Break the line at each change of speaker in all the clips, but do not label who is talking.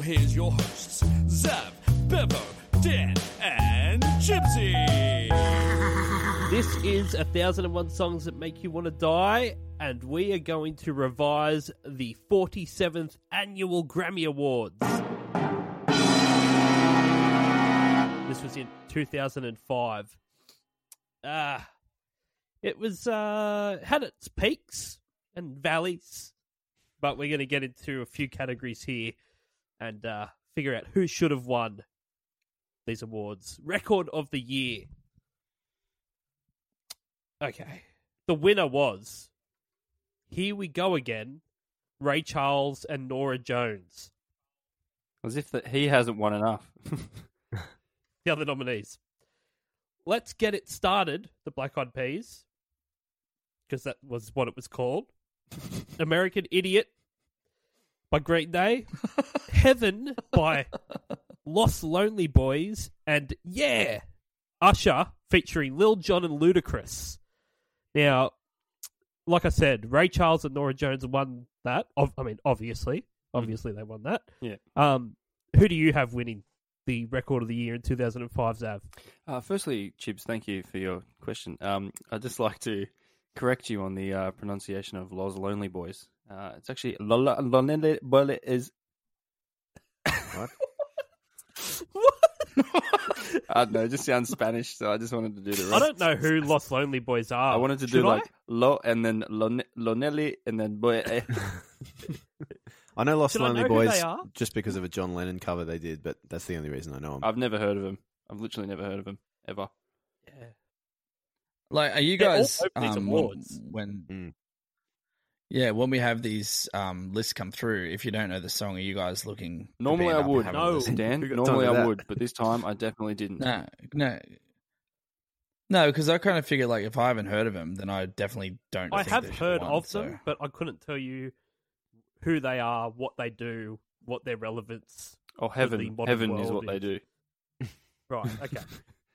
here's your hosts, Zav, Bevo, Dan, and Gypsy.
This is a thousand and one songs that make you want to die, and we are going to revise the forty seventh annual Grammy Awards. This was in two thousand and five. Ah, it was uh, had its peaks and valleys, but we're going to get into a few categories here and uh, figure out who should have won these awards. Record of the year. Okay. The winner was Here We Go Again, Ray Charles and Nora Jones,
As if that he hasn't won enough.
the other nominees. Let's Get It Started, the Black Eyed Peas, because that was what it was called. American Idiot by Green Day, Heaven by Lost Lonely Boys, and Yeah, Usher featuring Lil Jon and Ludacris. Now, like I said, Ray Charles and Nora Jones won that. Ob- I mean, obviously, obviously they won that.
Yeah.
Um, who do you have winning the record of the year in 2005, Zav?
Uh, firstly, Chips, thank you for your question. Um, I'd just like to correct you on the uh, pronunciation of Los Lonely Boys. Uh, it's actually Lo- Lo- Lonely Boy is. I don't know. It just sounds Spanish, so I just wanted to do the.
I
Rest.
don't know who Lost Lonely Boys are.
I wanted to
Should
do
I?
like lo and then lon- lonely and then boy. eh.
I know Lost
Should I
Lonely
know who they
Boys
are?
just because of a John Lennon cover they did, but that's the only reason I know them.
I've never heard of him. I've literally never heard of him ever.
Like, are you
They're all
guys
opening
um,
awards.
when?
Hmm.
when
Mm.
Yeah, when we have these um, lists come through, if you don't know the song, are you guys looking? to
Normally
band
I
up and
would.
have a
No.
listen?
Dan,
Who got
normally
time
I
for that?
would, but this time I definitely didn't.
No, no, no, because I kind of figured like if I haven't heard of them, then I definitely don't.
I
think
have
they should
heard
won,
of
so-
them, but I couldn't tell you who they are, what they do, what their relevance.
Oh,
the
heaven!
modern
Heaven is
world
what they
is.
do.
Right. Okay.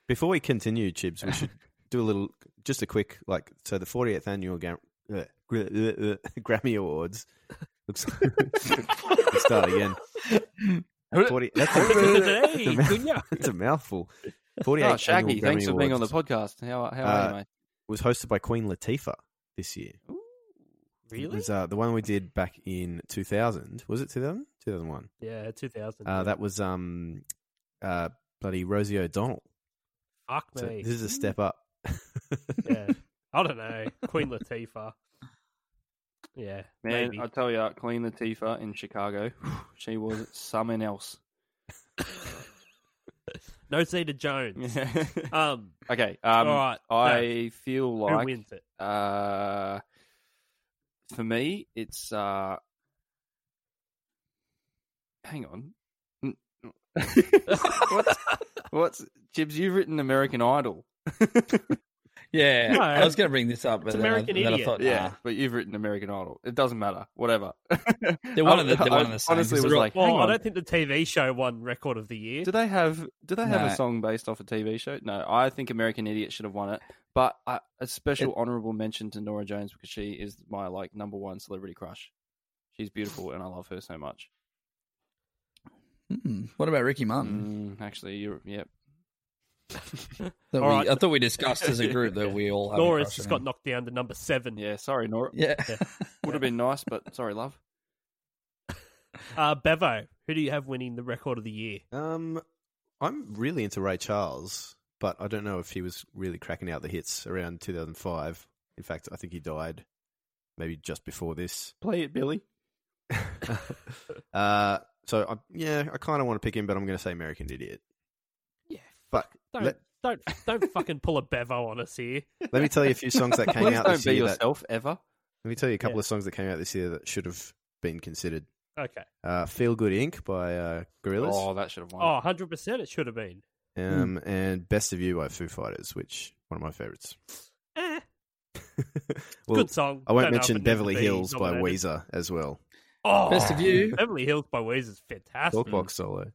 Before we continue, Chibs, we should do a little, just a quick, like, so the 48th annual Ga- uh, gr- uh, uh, Grammy Awards. Looks. Let's start again. 40, that's, a,
Hey,
It's a mouth-
good yeah.
that's a mouthful. 48th
Oh,
annual
Shaggy,
Grammy
thanks for being on the
Awards
podcast. How, how
Uh,
are
Was hosted by Queen Latifah this year. It
Really?
was uh, the one we did back in 2000. Was it 2000? 2001.
Yeah, 2000.
Uh, that was um, uh, bloody Rosie O'Donnell.
Fuck
So
me.
this is a step up.
yeah. I don't know. Queen Latifah. Yeah.
you, mate?
maybe.
Man, I tell you, Clean Latifah in Chicago, she was something else.
No Zeta Jones. Um,
okay, um,
All right,
I feel
who
like
wins it?
uh, for me, it's uh, hang on. N- what's, what's Jibs? You've written American Idol,
Yeah,
No.
I was going to bring this up, but
It's
then, I,
American
then I
Idiot.
thought, "Ah,
yeah,
yeah,
Uh, but you've written American Idol. It doesn't matter, whatever.
They're one of the- they're
I-
one of the same.
honestly
It's
was
real-
like, hang
Well, I
on.
don't think the TV show won Record of the Year.
Do they have do they have
No.
a song based off a TV show? No, I think American Idiot should have won it. But I, a special honorable mention to Nora Jones because she is my like number one celebrity crush. She's beautiful and I love her so much.
hmm, what about Ricky Martin?
Mm, actually, you're yep.
That
All
we,
right.
I thought we discussed as a group that we all have. a
Laura's
crush
just
on
got
him.
knocked down to number seven.
Yeah, sorry, Nora.
Yeah,
Would have been nice, but sorry, love.
Uh, Bevo, who do you have winning the Record of the Year?
Um, I'm really into Ray Charles, but I don't know if he was really cracking out the hits around 2005. In fact, I think he died maybe just before this.
Play it, Billy.
uh, so I, yeah, I kind of want to pick him, but I'm going to say American Idiot.
Yeah,
But
Don't
let,
don't don't fucking pull a bevo on us here.
let me tell you a few songs that came
Please
out
don't
this
be
year. That,
yourself ever.
let me tell you a couple
Yeah.
of songs that came out this year that should have been considered.
Okay.
Uh, Feel Good Inc. by uh, Gorillaz.
Oh, that should have won.
Oh, 100% it should have been.
Um, and Best of You by Foo Fighters, which one of my favorites.
Eh,
Well,
good song.
I
Don't know
won't
if it
mention
needs
Beverly
to be
Hills by
nominated.
Weezer as well.
Oh,
Best of you.
Beverly Hills by Ways is fantastic.
Talk box solo.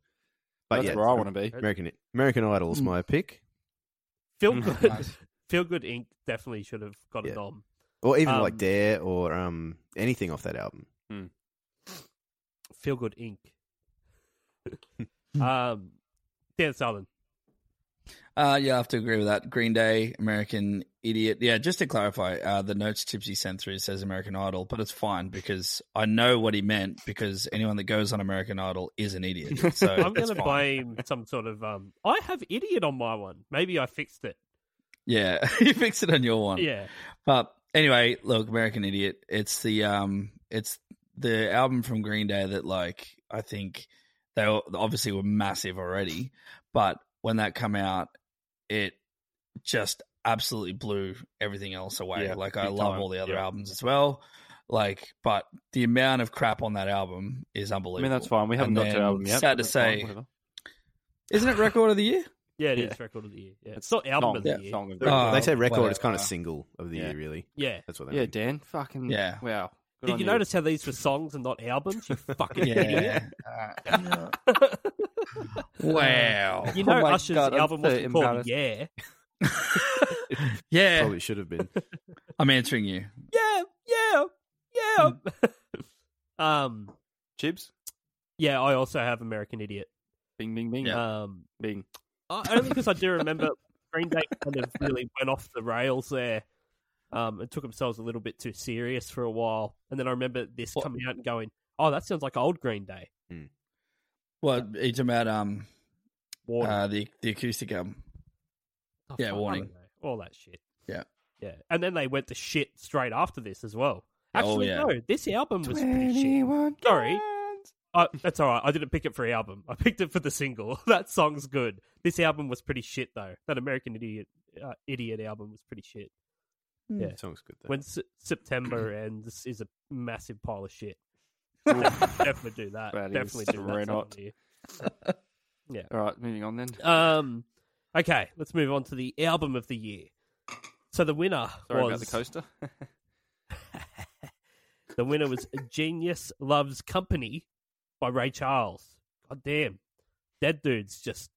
But
That's
yeah,
where I want to be.
American American Idol's
Hmm.
my pick,
Feel
Mm.
good.
Nice.
Feel good. Inc. definitely should have got a
Yeah.
nom.
or even like
Um,
Dare or um anything off that album.
Feel good. Inc. um, Dan Southern.
Uh, yeah, I have to agree with that. Green Day, American Idiot. Yeah, just to clarify, uh, the notes Tipsy sent through says American Idol, but it's fine because I know what he meant because anyone that goes on American Idol is an idiot. So
I'm
it's
going to
fine.
blame some sort of. Um, I have idiot on my one. Maybe I fixed it.
Yeah, you fix it on your one.
Yeah.
But anyway, look, American Idiot. It's the um, it's the album from Green Day that like I think they were, obviously were massive already, but when that come out, it just absolutely blew everything else away.
Yeah,
like I
big
love
time.
all the other
Yeah.
albums as well. Like, but the amount of crap on that album is unbelievable.
I mean, that's fine. We haven't
And
got to
then,
album yet.
sad
but
to
that's fine,
say,
whatever.
Isn't it record of the year?
Yeah, it is
Yeah.
record of the year. Yeah. It's not album
Song,
of the
yeah,
year.
song of the
Oh,
they say record is
whatever.
kind of single of the
Yeah.
year, really.
uh, Yeah.
That's what they
Yeah,
mean.
Dan. Fucking
Yeah.
Wow. Good
Did
on
you notice how these were songs and not albums? You fucking idiot.
Yeah. Uh, wow.
You know
Oh my
Usher's
God, I'm
album
so
wasn't called
embarrassed.
Yeah.
Yeah,
Probably should have been.
I'm answering you.
Yeah. Yeah. Yeah.
Hmm.
um.
Chibs?
Yeah, I also have American Idiot.
Bing, bing, bing,
Um.
bing.
I, only because I do remember Green Day kind of really went off the rails there. Um, and took themselves a little bit too serious for a while, and then I remember this
Well-
coming out and going, "Oh, that sounds like old Green Day."
Well, are you talking about um
Warning.
uh, the the acoustic album?
Oh,
yeah,
fuck, I
warning.
don't know. All that shit.
Yeah.
Yeah. And then they went to shit straight after this as well.
Oh,
Actually,
yeah.
no, this album was pretty shit. Sorry. Uh, that's all right. I didn't pick it for the album. I picked it for the single. that song's good. This album was pretty shit, though. That American Idiot uh, Idiot album was pretty shit. Yeah.
Song's good though.
When S- September ends is a massive pile of shit. Definitely do that.
That is
Definitely do that.
right
song
on.
of the year.
All right, moving on then.
Um, okay, let's move on to the album of the year. So the winner
Sorry
was
about the coaster.
The winner was Genius Loves Company by Ray Charles. God damn. Dead dudes just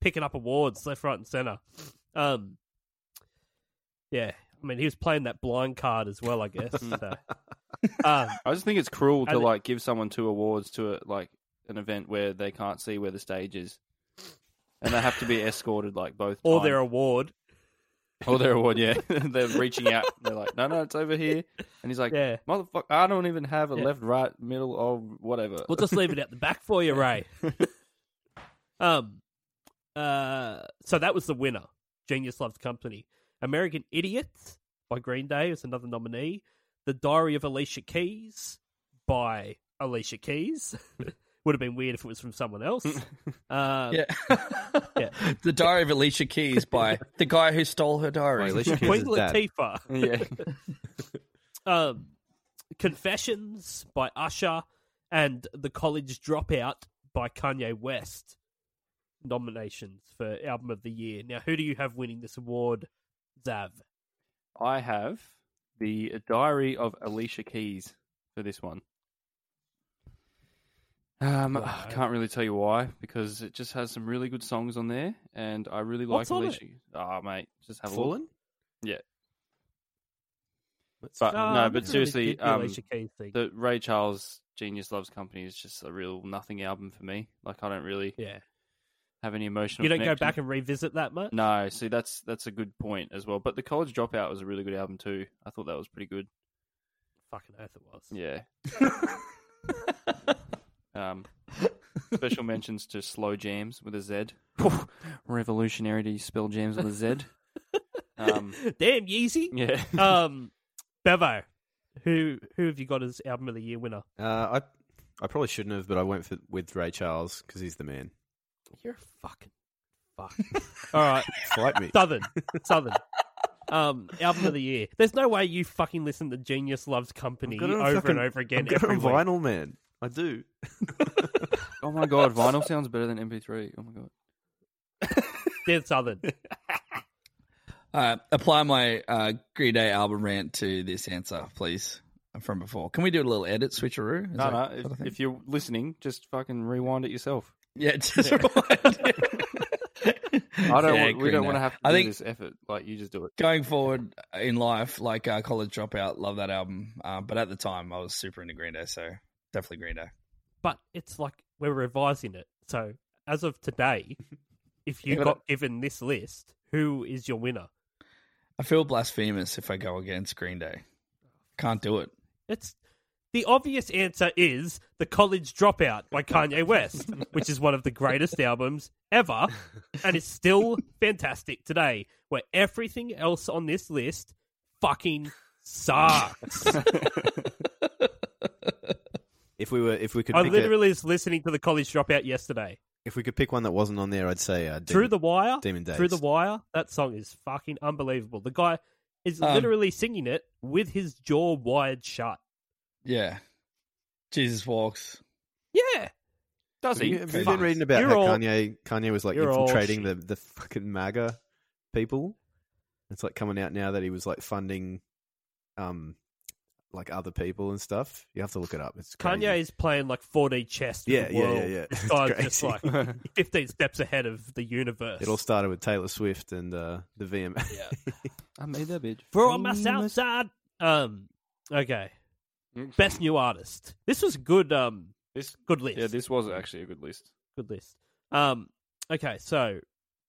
picking up awards left, right, and center. Um, yeah. I mean, he was playing that blind card as well, I guess. So. um,
I just think it's cruel to
And-
like give someone two awards to a, like an event where they can't see where the stage is, and they have to be escorted like both.
or
times.
their award.
or their award. Yeah, they're reaching out. They're like, no, no, it's over here. And he's like,
Yeah.
motherfucker, I don't even have a
Yeah.
left, right, middle, or whatever.
We'll just leave it at the back for you, Ray. um, uh, so that was the winner. Genius Loves Company. American Idiots by Green Day is another nominee. The Diary of Alicia Keys by Alicia Keys. Would have been weird if it was from someone else. Um,
Yeah.
Yeah.
the Diary of Alicia Keys by the guy who stole her diary.
By Alicia Keys'
Queen
dad.
Latifah.
yeah,
um, Confessions by Usher and The College Dropout by Kanye West nominations for Album of the Year. Now, who do you have winning this award, Zav?
I have the uh, Diary of Alicia Keys for this one. Um, I
Right.
can't really tell you why because it just has some really good songs on there, and I really like
What's on
Alicia. Oh, mate, just have a look.
Fallen?
But
Oh,
Uh, no,
I'm
but
not really
seriously,
big with
um,
Alicia Keys thing.
the Ray Charles Genius Loves Company is just a real nothing album for me. Like I don't really
yeah,
have any emotional.
you don't go
connection.
back and revisit that much.
No, see that's that's a good point as well. But the College Dropout was a really good album too. I thought that was pretty good.
Fucking earth, it was.
Yeah. um, special mentions to Slow Jams with a Z. Whew, revolutionary to spell jams with a Z. Um,
Damn Yeezy.
yeah.
um, Bevo, who who have you got as Album of the Year winner?
Uh, I I probably shouldn't have, but I went for, with Ray Charles because he's the man.
You're a fucking fuck. All right,
Fight me.
Southern, Southern. Um, album of the year. There's no way you fucking listen to Genius Loves Company
I've got it on
over
fucking-
and over again
I've got
every
it on
week.
vinyl, man. I do.
Oh my god, vinyl sounds better than MP3. Oh my god.
Dan Southern.
Uh, apply my uh, Green Day album rant to this answer, please, from before. Can we do a little edit switcheroo? Is
No,
that-
no. If, if you're listening, just fucking rewind it yourself.
yeah, just rewind.
I don't.
Yeah,
want, we
Green
don't
Day.
want to have to
I
do
think
this effort. Like you just do it.
going forward in life, like uh, College Dropout, love that album. Uh, but at the time, I was super into Green Day, so definitely Green Day.
But it's like we're revising it. So as of today, if you
Yeah, but-
got given this list, who is your winner?
I feel blasphemous if I go against Green Day. Can't do it.
It's the obvious answer is The College Dropout by Kanye West, which is one of the greatest albums ever and is still fantastic today, where everything else on this list fucking sucks.
If we were, if we could,
I
pick a-
literally was listening to The College Dropout yesterday.
if we could pick one that wasn't on there, I'd say uh,
Through
Demon-
the Wire,
Demon Days.
Through the Wire, that song is fucking unbelievable. The guy is
Um,
literally singing it with his jaw wired shut.
Yeah. Jesus walks.
Yeah.
Does
Have you, have you
Fuck.
been reading about
You're
how
all-
Kanye Kanye was like
you're all
infiltrating the, the fucking MAGA people? It's like coming out now that he was like funding, um, like other people and stuff. You have to look it up. It's crazy.
Kanye is playing like 4D chess. With
Yeah,
the
yeah,
world.
yeah, yeah.
This
It's
guy's just
crazy.
like 15 steps ahead of the universe.
It all started with Taylor Swift and uh, the VMA.
I made that bitch.
For all my South Side. Um, okay. Best new artist. This was good. Um,
Mm-hmm. This,
good list.
yeah, this was actually a good list.
good list. Um, okay, so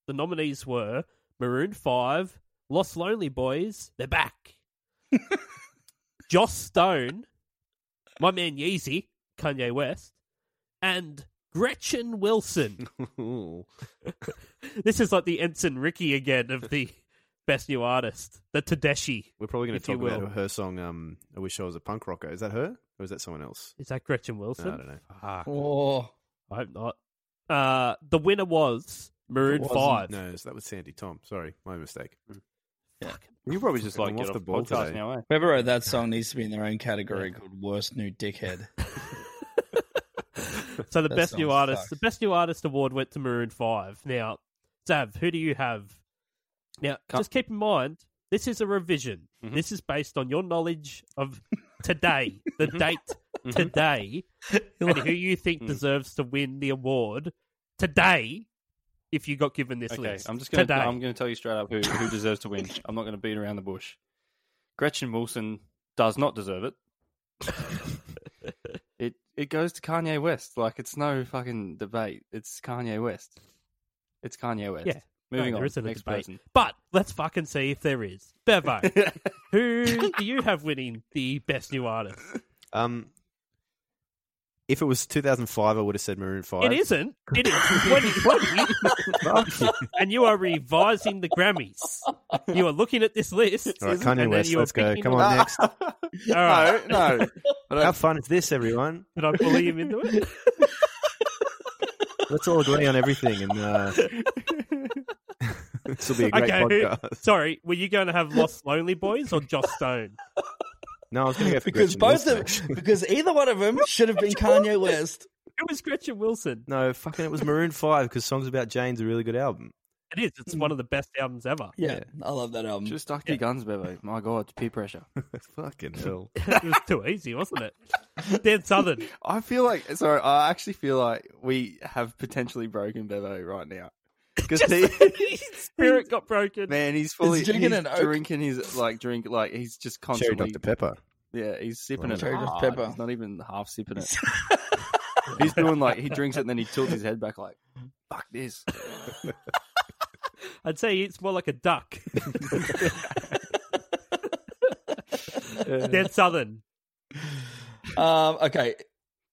the nominees were Maroon Five, Lost Lonely Boys, they're back. Joss Stone, my man Yeezy, Kanye West, and Gretchen Wilson.
Ooh.
this is like the Ensign Ricky again of the best new artist, the Tedeschi.
We're probably going
If
to talk
you will.
about her song. Um, I wish I was a punk rocker. Is that her or is that someone else?
Is that Gretchen
No,
Wilson?
I don't know.
Ah.
Fuck,
Oh,
I hope not. Uh, the winner was Maroon
Wasn't-
Five.
No, it's- that was Sandy Tom. Sorry, my mistake.
Mm.
You probably just
like, get off the podcast
now, eh?
whoever wrote that song needs to be in their own category called Worst New Dickhead.
So the
That
best new
song
artist,
sucks.
the best new artist award went to Maroon Five. Now, Zav, who do you have? Now,
Can't- Mm-hmm.
just keep in mind, this is a revision. This is based on your knowledge of today, the
Mm-hmm.
date today, and who you
Mm.
think deserves to win the award today. If you got given this
Okay,
list,
I'm just gonna
today.
I'm gonna tell you straight up who, who deserves to win. I'm not gonna beat around the bush. Gretchen Wilson does not deserve it. it it goes to Kanye West. Like it's no fucking debate. It's Kanye West. It's Kanye West.
Yeah.
Moving
No,
on.
there isn't a
Next
debate.
person.
But let's fucking see if there is. Bevo, who do you have winning the best new artist?
Um, if it was 2005, I would have said Maroon Five.
It isn't. It is 2020. and you are revising the Grammys. You are looking at this list.
All right,
and
Kanye
then
West.
you are
Let's go.
picking
Come
one.
on, next.
All right.
No, no.
How fun is this, everyone?
Did I bully him into it?
Let's all agree on everything, and uh, this will be a great
Okay.
podcast.
Sorry, were you going to have Lost Lonely Boys or Joss Stone?
No, I was going to go for
because
Gretchen
both
Wilson,
of
actually.
because either one of them should have been Kanye West.
It was Gretchen Wilson.
No, fucking, it was Maroon Five because "Songs About Jane's" a really good album.
It is. It's one of the best albums ever.
Yeah, I love that
Mm.
album.
Just stuck to your guns, Bevo. My God, peer pressure.
fucking hell!
it was too easy, wasn't it? Dan Southern.
I feel like sorry. I actually feel like we have potentially broken Bevo right now because he,
His spirit got broken.
man, he's fully
He's drinking
drinking,
an oak.
drinking his like drink like he's just
Cherry
constantly
Dr Pepper.
yeah he's sipping
Lemon.
it
Cherry Dr.
hard.
Pepper.
He's not even half sipping it. he's doing like he drinks it and then he tilts his head back like fuck this.
I'd say it's more like a duck. Dan Southern.
Um, okay,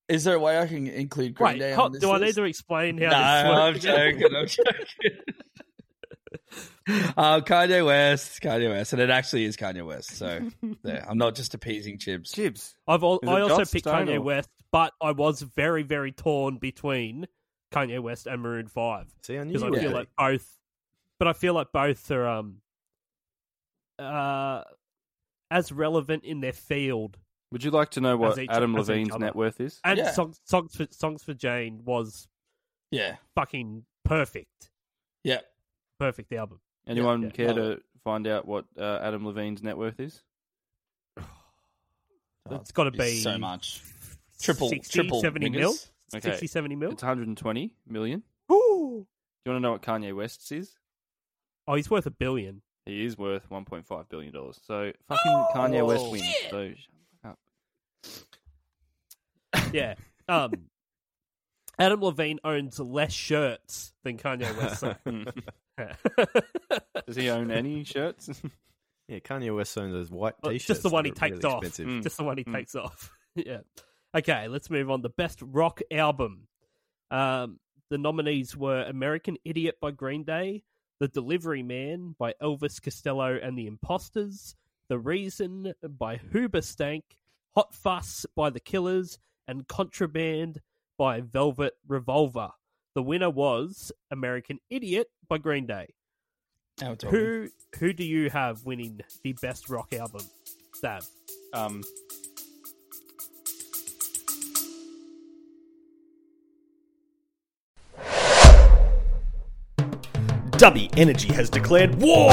is there a way I can include Green
Wait,
Day?
ho-
on this
do I
list?
need to explain how
No, I'm
this works? again?
joking. I'm joking. uh, Kanye West, Kanye West, and it actually is Kanye West. So there, I'm not just appeasing Chibs.
Jibs.
I've al-
Is it
I also
Joss
picked
Stone
Kanye
or-
West, but I was very, very torn between Kanye West and Maroon Five
See, I knew
because
you
I
were
feel
gay.
like both, but I feel like both are um, uh, as relevant in their field
Would you like to know
As
what
each-
Adam
as each
Levine's
other.
net worth is?
And
Yeah.
songs, songs for songs for Jane was
Yeah.
fucking perfect,
Yeah.
perfect album.
Anyone
yeah,
care
love
to find out what uh, Adam Levine's net worth is?
It's got to be
Oh, so much. Triple,
60,
triple
70
fingers.
mil,
Okay.
60, 70 mil.
It's 120 million.
Ooh.
Do you want to know what Kanye West's is?
Oh, he's worth a billion.
He is worth 1.5 billion dollars. So fucking Kanye West wins. So
Yeah. Um, Adam Levine owns less shirts than Kanye West. so-
does he own any shirts?
Yeah, Kanye West owns those white
Well,
t-shirts.
just the one
that
he
are really
takes off.
expensive.
Mm.
just the one he takes off. Hmm. yeah. Okay, let's move on. The best rock album. Um, the nominees were American Idiot by Green Day, The Delivery Man by Elvis Costello and the Imposters, The Reason by Hoobastank, Hot Fuss by The Killers, and Contraband by Velvet Revolver. The winner was American Idiot by Green Day.
Now it's over.
Who who do you have winning the best rock album? Sam.
um,
Dubby Energy has declared war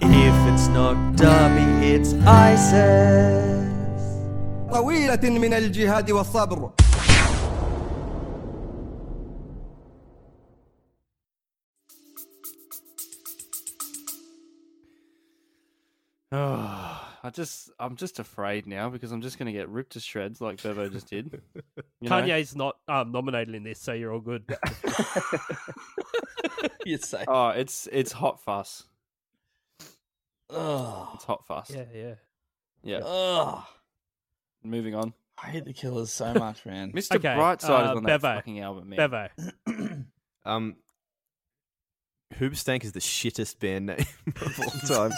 if it's not dubby, it's ISIS.
طويلة من الجهاد والصبر
I just, I'm just afraid now because I'm just going to get ripped to shreds like Bevo just did. You know?
Kanye's not um, nominated in this, so you're all good.
You'd say.
Oh, it's it's hot fuss.
Ugh.
It's hot fuss.
yeah, yeah.
Yeah.
Ugh.
Moving on.
I hate the killers so much, man.
Mr.
Okay,
Brightside
uh,
is on that
Bevo.
fucking album, man.
Bevo,
Um, Hoobastank is the shittest band name of all time.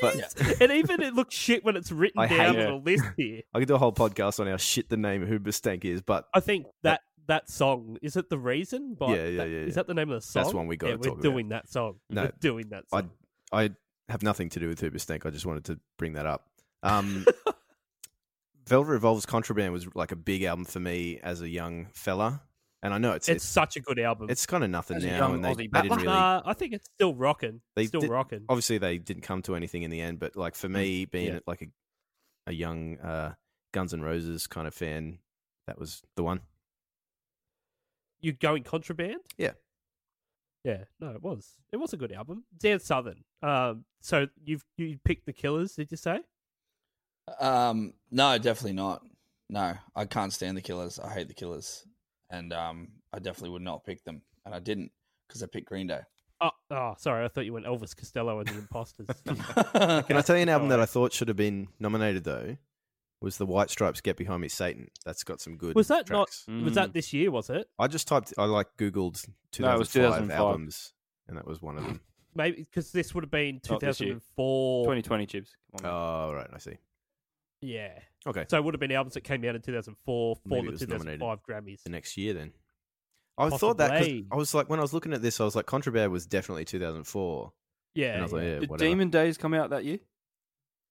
but
and even it looks shit when it's written
I hate
down
it.
on a list here.
I could do a whole podcast on how shit the name Hoobastank is, but
I think that that song is it the reason? By,
Yeah, yeah,
that-
yeah,
Is
yeah.
that the name of the song?
That's one we gotta
Yeah, we're
talk about.
doing that song.
No,
we're doing that
I
song.
I have nothing to do with Hoobastank. I just wanted to bring that up. Um, Velvet Revolver's Contraband was like a big album for me as a young fella, and I know it's
it's
it's,
such a good album.
it's kind of nothing
As a
now,
young
and they,
Aussie
they
Uh,
didn't really.
uh, I think it's still rocking.
They
still
did- Oh.
rocking.
Obviously, they didn't come to anything in the end, but like for me, being
Yeah.
like a a young uh, Guns N' Roses kind of fan, that was the one.
You going contraband?
Yeah.
Yeah, no, it was. It was a good album. Dan Southern. Um, so you've you picked the Killers, did you say?
Um, no, definitely not. No, I can't stand the killers. I hate the killers, and um, I definitely would not pick them, and I didn't because I picked Green Day.
Oh, oh, sorry, I thought you went Elvis Costello and the Imposters.
Can I tell you an album that
Alright.
I thought should have been nominated though? Was the White Stripes "Get Behind Me, Satan"? That's got some good.
Was that not-
tracks.
Was that this year? Was it?
I just typed. I like Googled
No, it
2005,
was 2005.
albums, and that was one of them.
Maybe because this would have been
Not this year.
2004.
2020 chips. Come on, man.
oh, right, I see.
Yeah,
Okay,
so it would have been albums that came out in 2004 for
Maybe it
the
was
2005
the
Grammys.
next year then. I thought that 'cause
Possibly.
I was like when I was looking at this, I was like Contraband was definitely 2004, and I
Yeah,
was like, yeah,
Did
whatever.
Demon Days come out that year?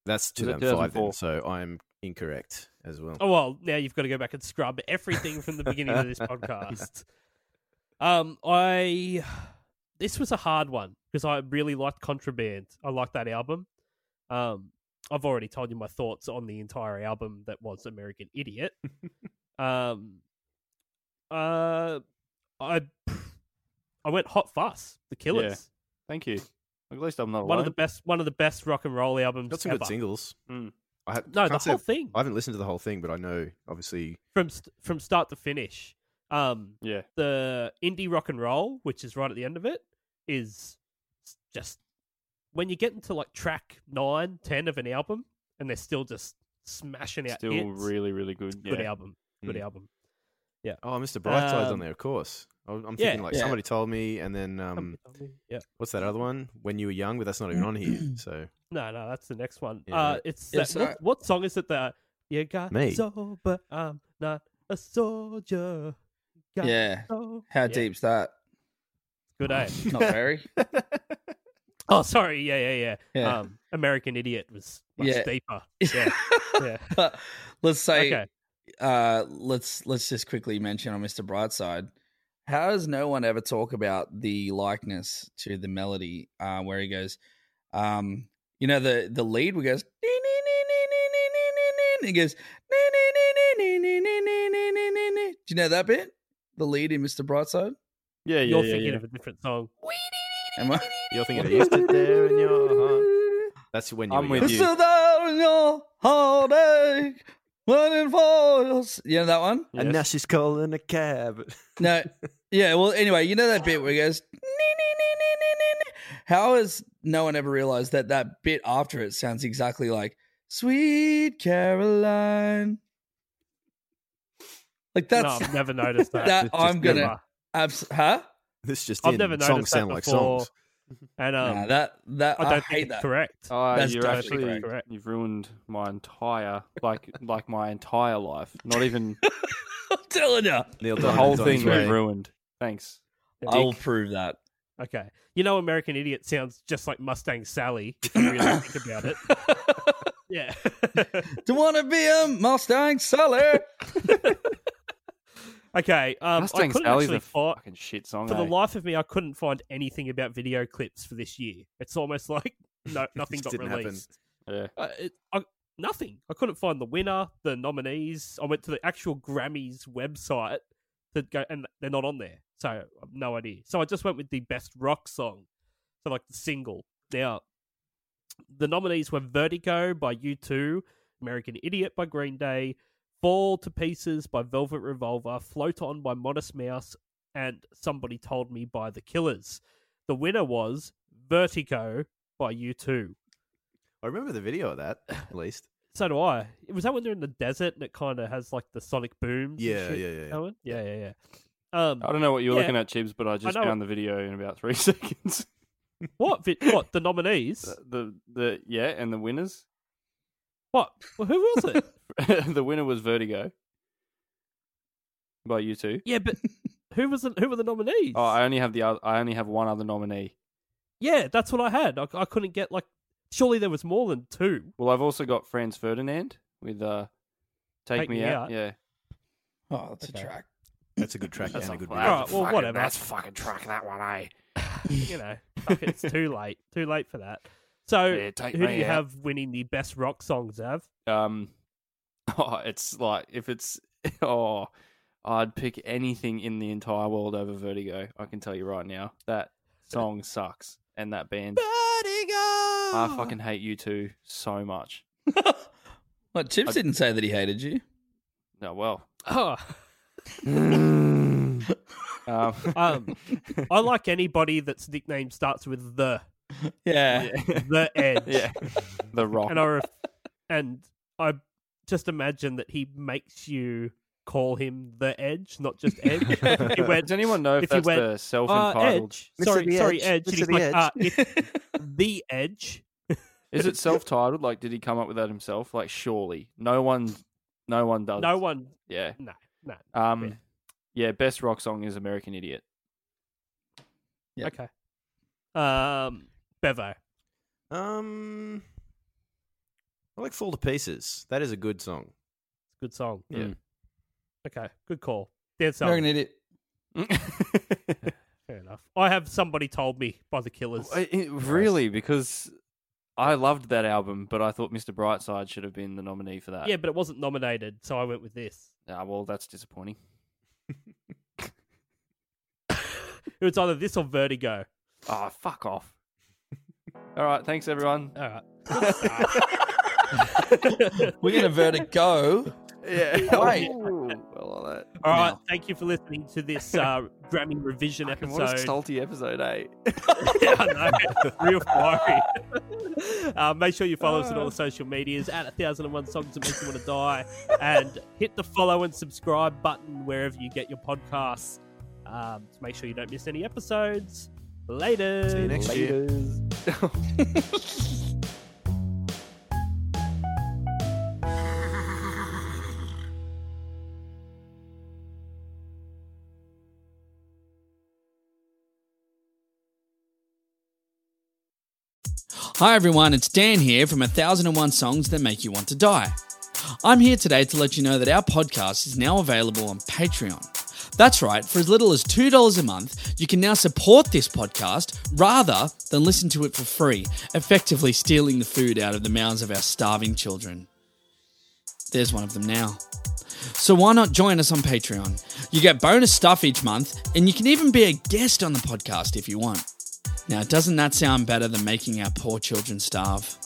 That's
Was it
2005 then,
2004?
so I'm incorrect as well.
Oh well, now you've got to go back and scrub everything from the beginning of this podcast. Um, I this was a hard one because I really liked Contraband. I liked that album. Um, I've already told you my thoughts on the entire album that was American Idiot. um, uh, I I went Hot Fuss, The Killers,
Thank you. At least I'm not alone.
one of the best, one of the best rock and roll albums
Got some
ever. Hmm.
good singles.
Mm.
I ha-
No, the
can't say-
whole thing
I haven't listened to the whole thing, but I know obviously.
from st- from start to finish. Um,
Yeah.
the indie rock and roll, which is right at the end of it, is just when you get into like track nine, ten of an album, and they're still just smashing out
Still
hits.
really, really good.
good
yeah.
album. Good
Mm.
album.
Oh, Mr. Brightside's
Um,
on there, of course. I- I'm
yeah,
thinking like
yeah.
somebody told me, and then um,
yeah.
what's that other one? When you were young, but that's not even on here. So
No, no, that's the next one.
Yeah,
uh,
right.
it's
Yeah,
that,
so I-
what, what song is it that you got
Me.
sober? I'm not a soldier. Got
Yeah.
so-
How
Yeah,
deep's that?
Good eh?
Not very.
Oh, sorry. Yeah, yeah, yeah.
Yeah.
Um, American Idiot was much
Yeah.
deeper. Yeah, yeah.
let's say
Okay.
uh let's let's just quickly mention on Mr. Brightside. How does no one ever talk about the likeness to the melody uh where he goes um you know the the lead we goes it goes do you know that bit? The lead in Mr. Brightside?
Yeah, yeah,
You're
yeah,
thinking
yeah.
of a different song.
Am I?
you're thinking of yesterday in your heart. That's when you
I'm
were
with
young.
you.
Sit down in your heartache, waiting for us. You know that one?
And now she's calling a cab.
No. Yeah, well, anyway, you know that bit where he goes, "Nee, nee, nee, nee, nee, nee, nee." how has no one ever realized that that bit after it sounds exactly like Sweet Caroline? Like
no,
that's
I've never noticed that.
that
It's
I'm
just
gonna
Never.
abs- huh?
This just
I've
in.
never
songs
noticed that
sound like
before.
songs.
And um,
Nah, that that
I
I,
don't think
hate
it's
that.
correct.
Oh,
That's
you're
definitely
actually
correct.
you've ruined my entire like like my entire life. Not even
I'm telling you,
Neil
the
Diamond
whole
on his
thing's
way.
been ruined. Thanks.
I will prove that.
Okay, you know, American Idiot sounds just like Mustang Sally if you really think about it. Yeah,
Do want to be a Mustang seller?
Okay. Um, I
Mustang
couldn't
Sally's
actually
a
fi-
fucking shit song.
for the
eh?
life of me, I couldn't find anything about video clips for this year. It's almost like no, nothing
Just
got
didn't happen.
released.
yeah.
Uh, it, I, nothing. I couldn't find the winner, the nominees. I went to the actual Grammys website to go, and they're not on there, so I've no idea. So I just went with the best rock song, so like the single. Now, the nominees were "Vertigo" by U2, "American Idiot" by Green Day, "Fall to Pieces" by Velvet Revolver, "Float On" by Modest Mouse, and "Somebody Told Me" by The Killers. The winner was "Vertigo" by U2.
I remember the video of that, at least.
So do I. Was that when they're in the desert and it kind of has like the sonic booms? and
Yeah,
shit
yeah, yeah, yeah.
going? yeah, yeah, yeah. Um,
I don't know what you're
Yeah.
looking at, Chibs, but I just
know
found the video in about three seconds.
what? Vi- what? The nominees?
the, the the yeah, and the winners.
what? Well, who was it?
the winner was Vertigo. By you two.
yeah, but who was the, who were the nominees?
Oh, I only have the oth- I only have one other nominee.
Yeah, that's what I had. I, I couldn't get like. Surely there was more than two.
Well, I've also got Franz Ferdinand with uh, Take, Me, out. Yeah,
Oh, that's a track.
That's a good track and a good video.
All right, well, whatever. That's
fucking track that one, eh?
you know, fuck it, it's too late. Too late for that. So,
Yeah, take
who do
me
you
out.
have winning the best rock songs, Av?
Um, oh, it's like if it's oh, I'd pick anything in the entire world over Vertigo. I can tell you right now that song sucks, and that band. I fucking hate you two so much.
What Chips didn't say that he hated you.
No, well,
Oh,
um,
um, I like anybody that's nickname starts with the
Yeah,
the edge.
yeah, the rock.
and I ref- and I just imagine that he makes you call him the Edge, not just Edge. He went,
Does anyone know if,
if you
that's
went,
the
"Uh,
self-entitled?
Edge, sorry,
The
sorry, Edge,
Edge,
and
Mr.
he's like,
The Edge.
uh, it's the Edge.
Is it self-titled? Like, did he come up with that himself? Like, surely no one, no one does.
No one,
Yeah.
no, no.
Um. Yeah. Best rock song is American Idiot.
Yep.
Okay. Um, Bevo.
Um, I like Fall to Pieces. That is a good song.
Good song.
Yeah.
Mm.
Okay. Good call. Dance song.
you're an idiot.
Fair enough. I have somebody told me by the Killers.
I- it- really, because I loved that album, but I thought Mr. Brightside should have been the nominee for that.
yeah, but it wasn't nominated, so I went with this.
Ah, well, that's disappointing.
It was either this or Vertigo.
Oh, fuck off. All right. Thanks, everyone.
All right.
We're gonna vertigo.
Yeah.
Wait.
Ooh, I like that.
All right,
No.
thank you for listening to this uh, Grammy revision
Fucking What a
episode.
salty episode, eh?
yeah, I know. Real fiery. uh, make sure you follow us
Ah.
on all the social medias at 1001 Songs That Make You Want to Die and hit the follow and subscribe button wherever you get your podcasts um, to make sure you don't miss any episodes. Later.
See you next year.
Hi everyone, it's Dan here from 1001 Songs That Make You Want to Die. I'm here today to let you know that our podcast is now available on Patreon. That's right, for as little as $2 a month, you can now support this podcast rather than listen to it for free, effectively stealing the food out of the mouths of our starving children. There's one of them now. So why not join us on Patreon? You get bonus stuff each month, and you can even be a guest on the podcast if you want. Now, doesn't that sound better than making our poor children starve?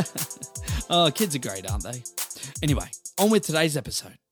oh, kids are great, aren't they? Anyway, on with today's episode.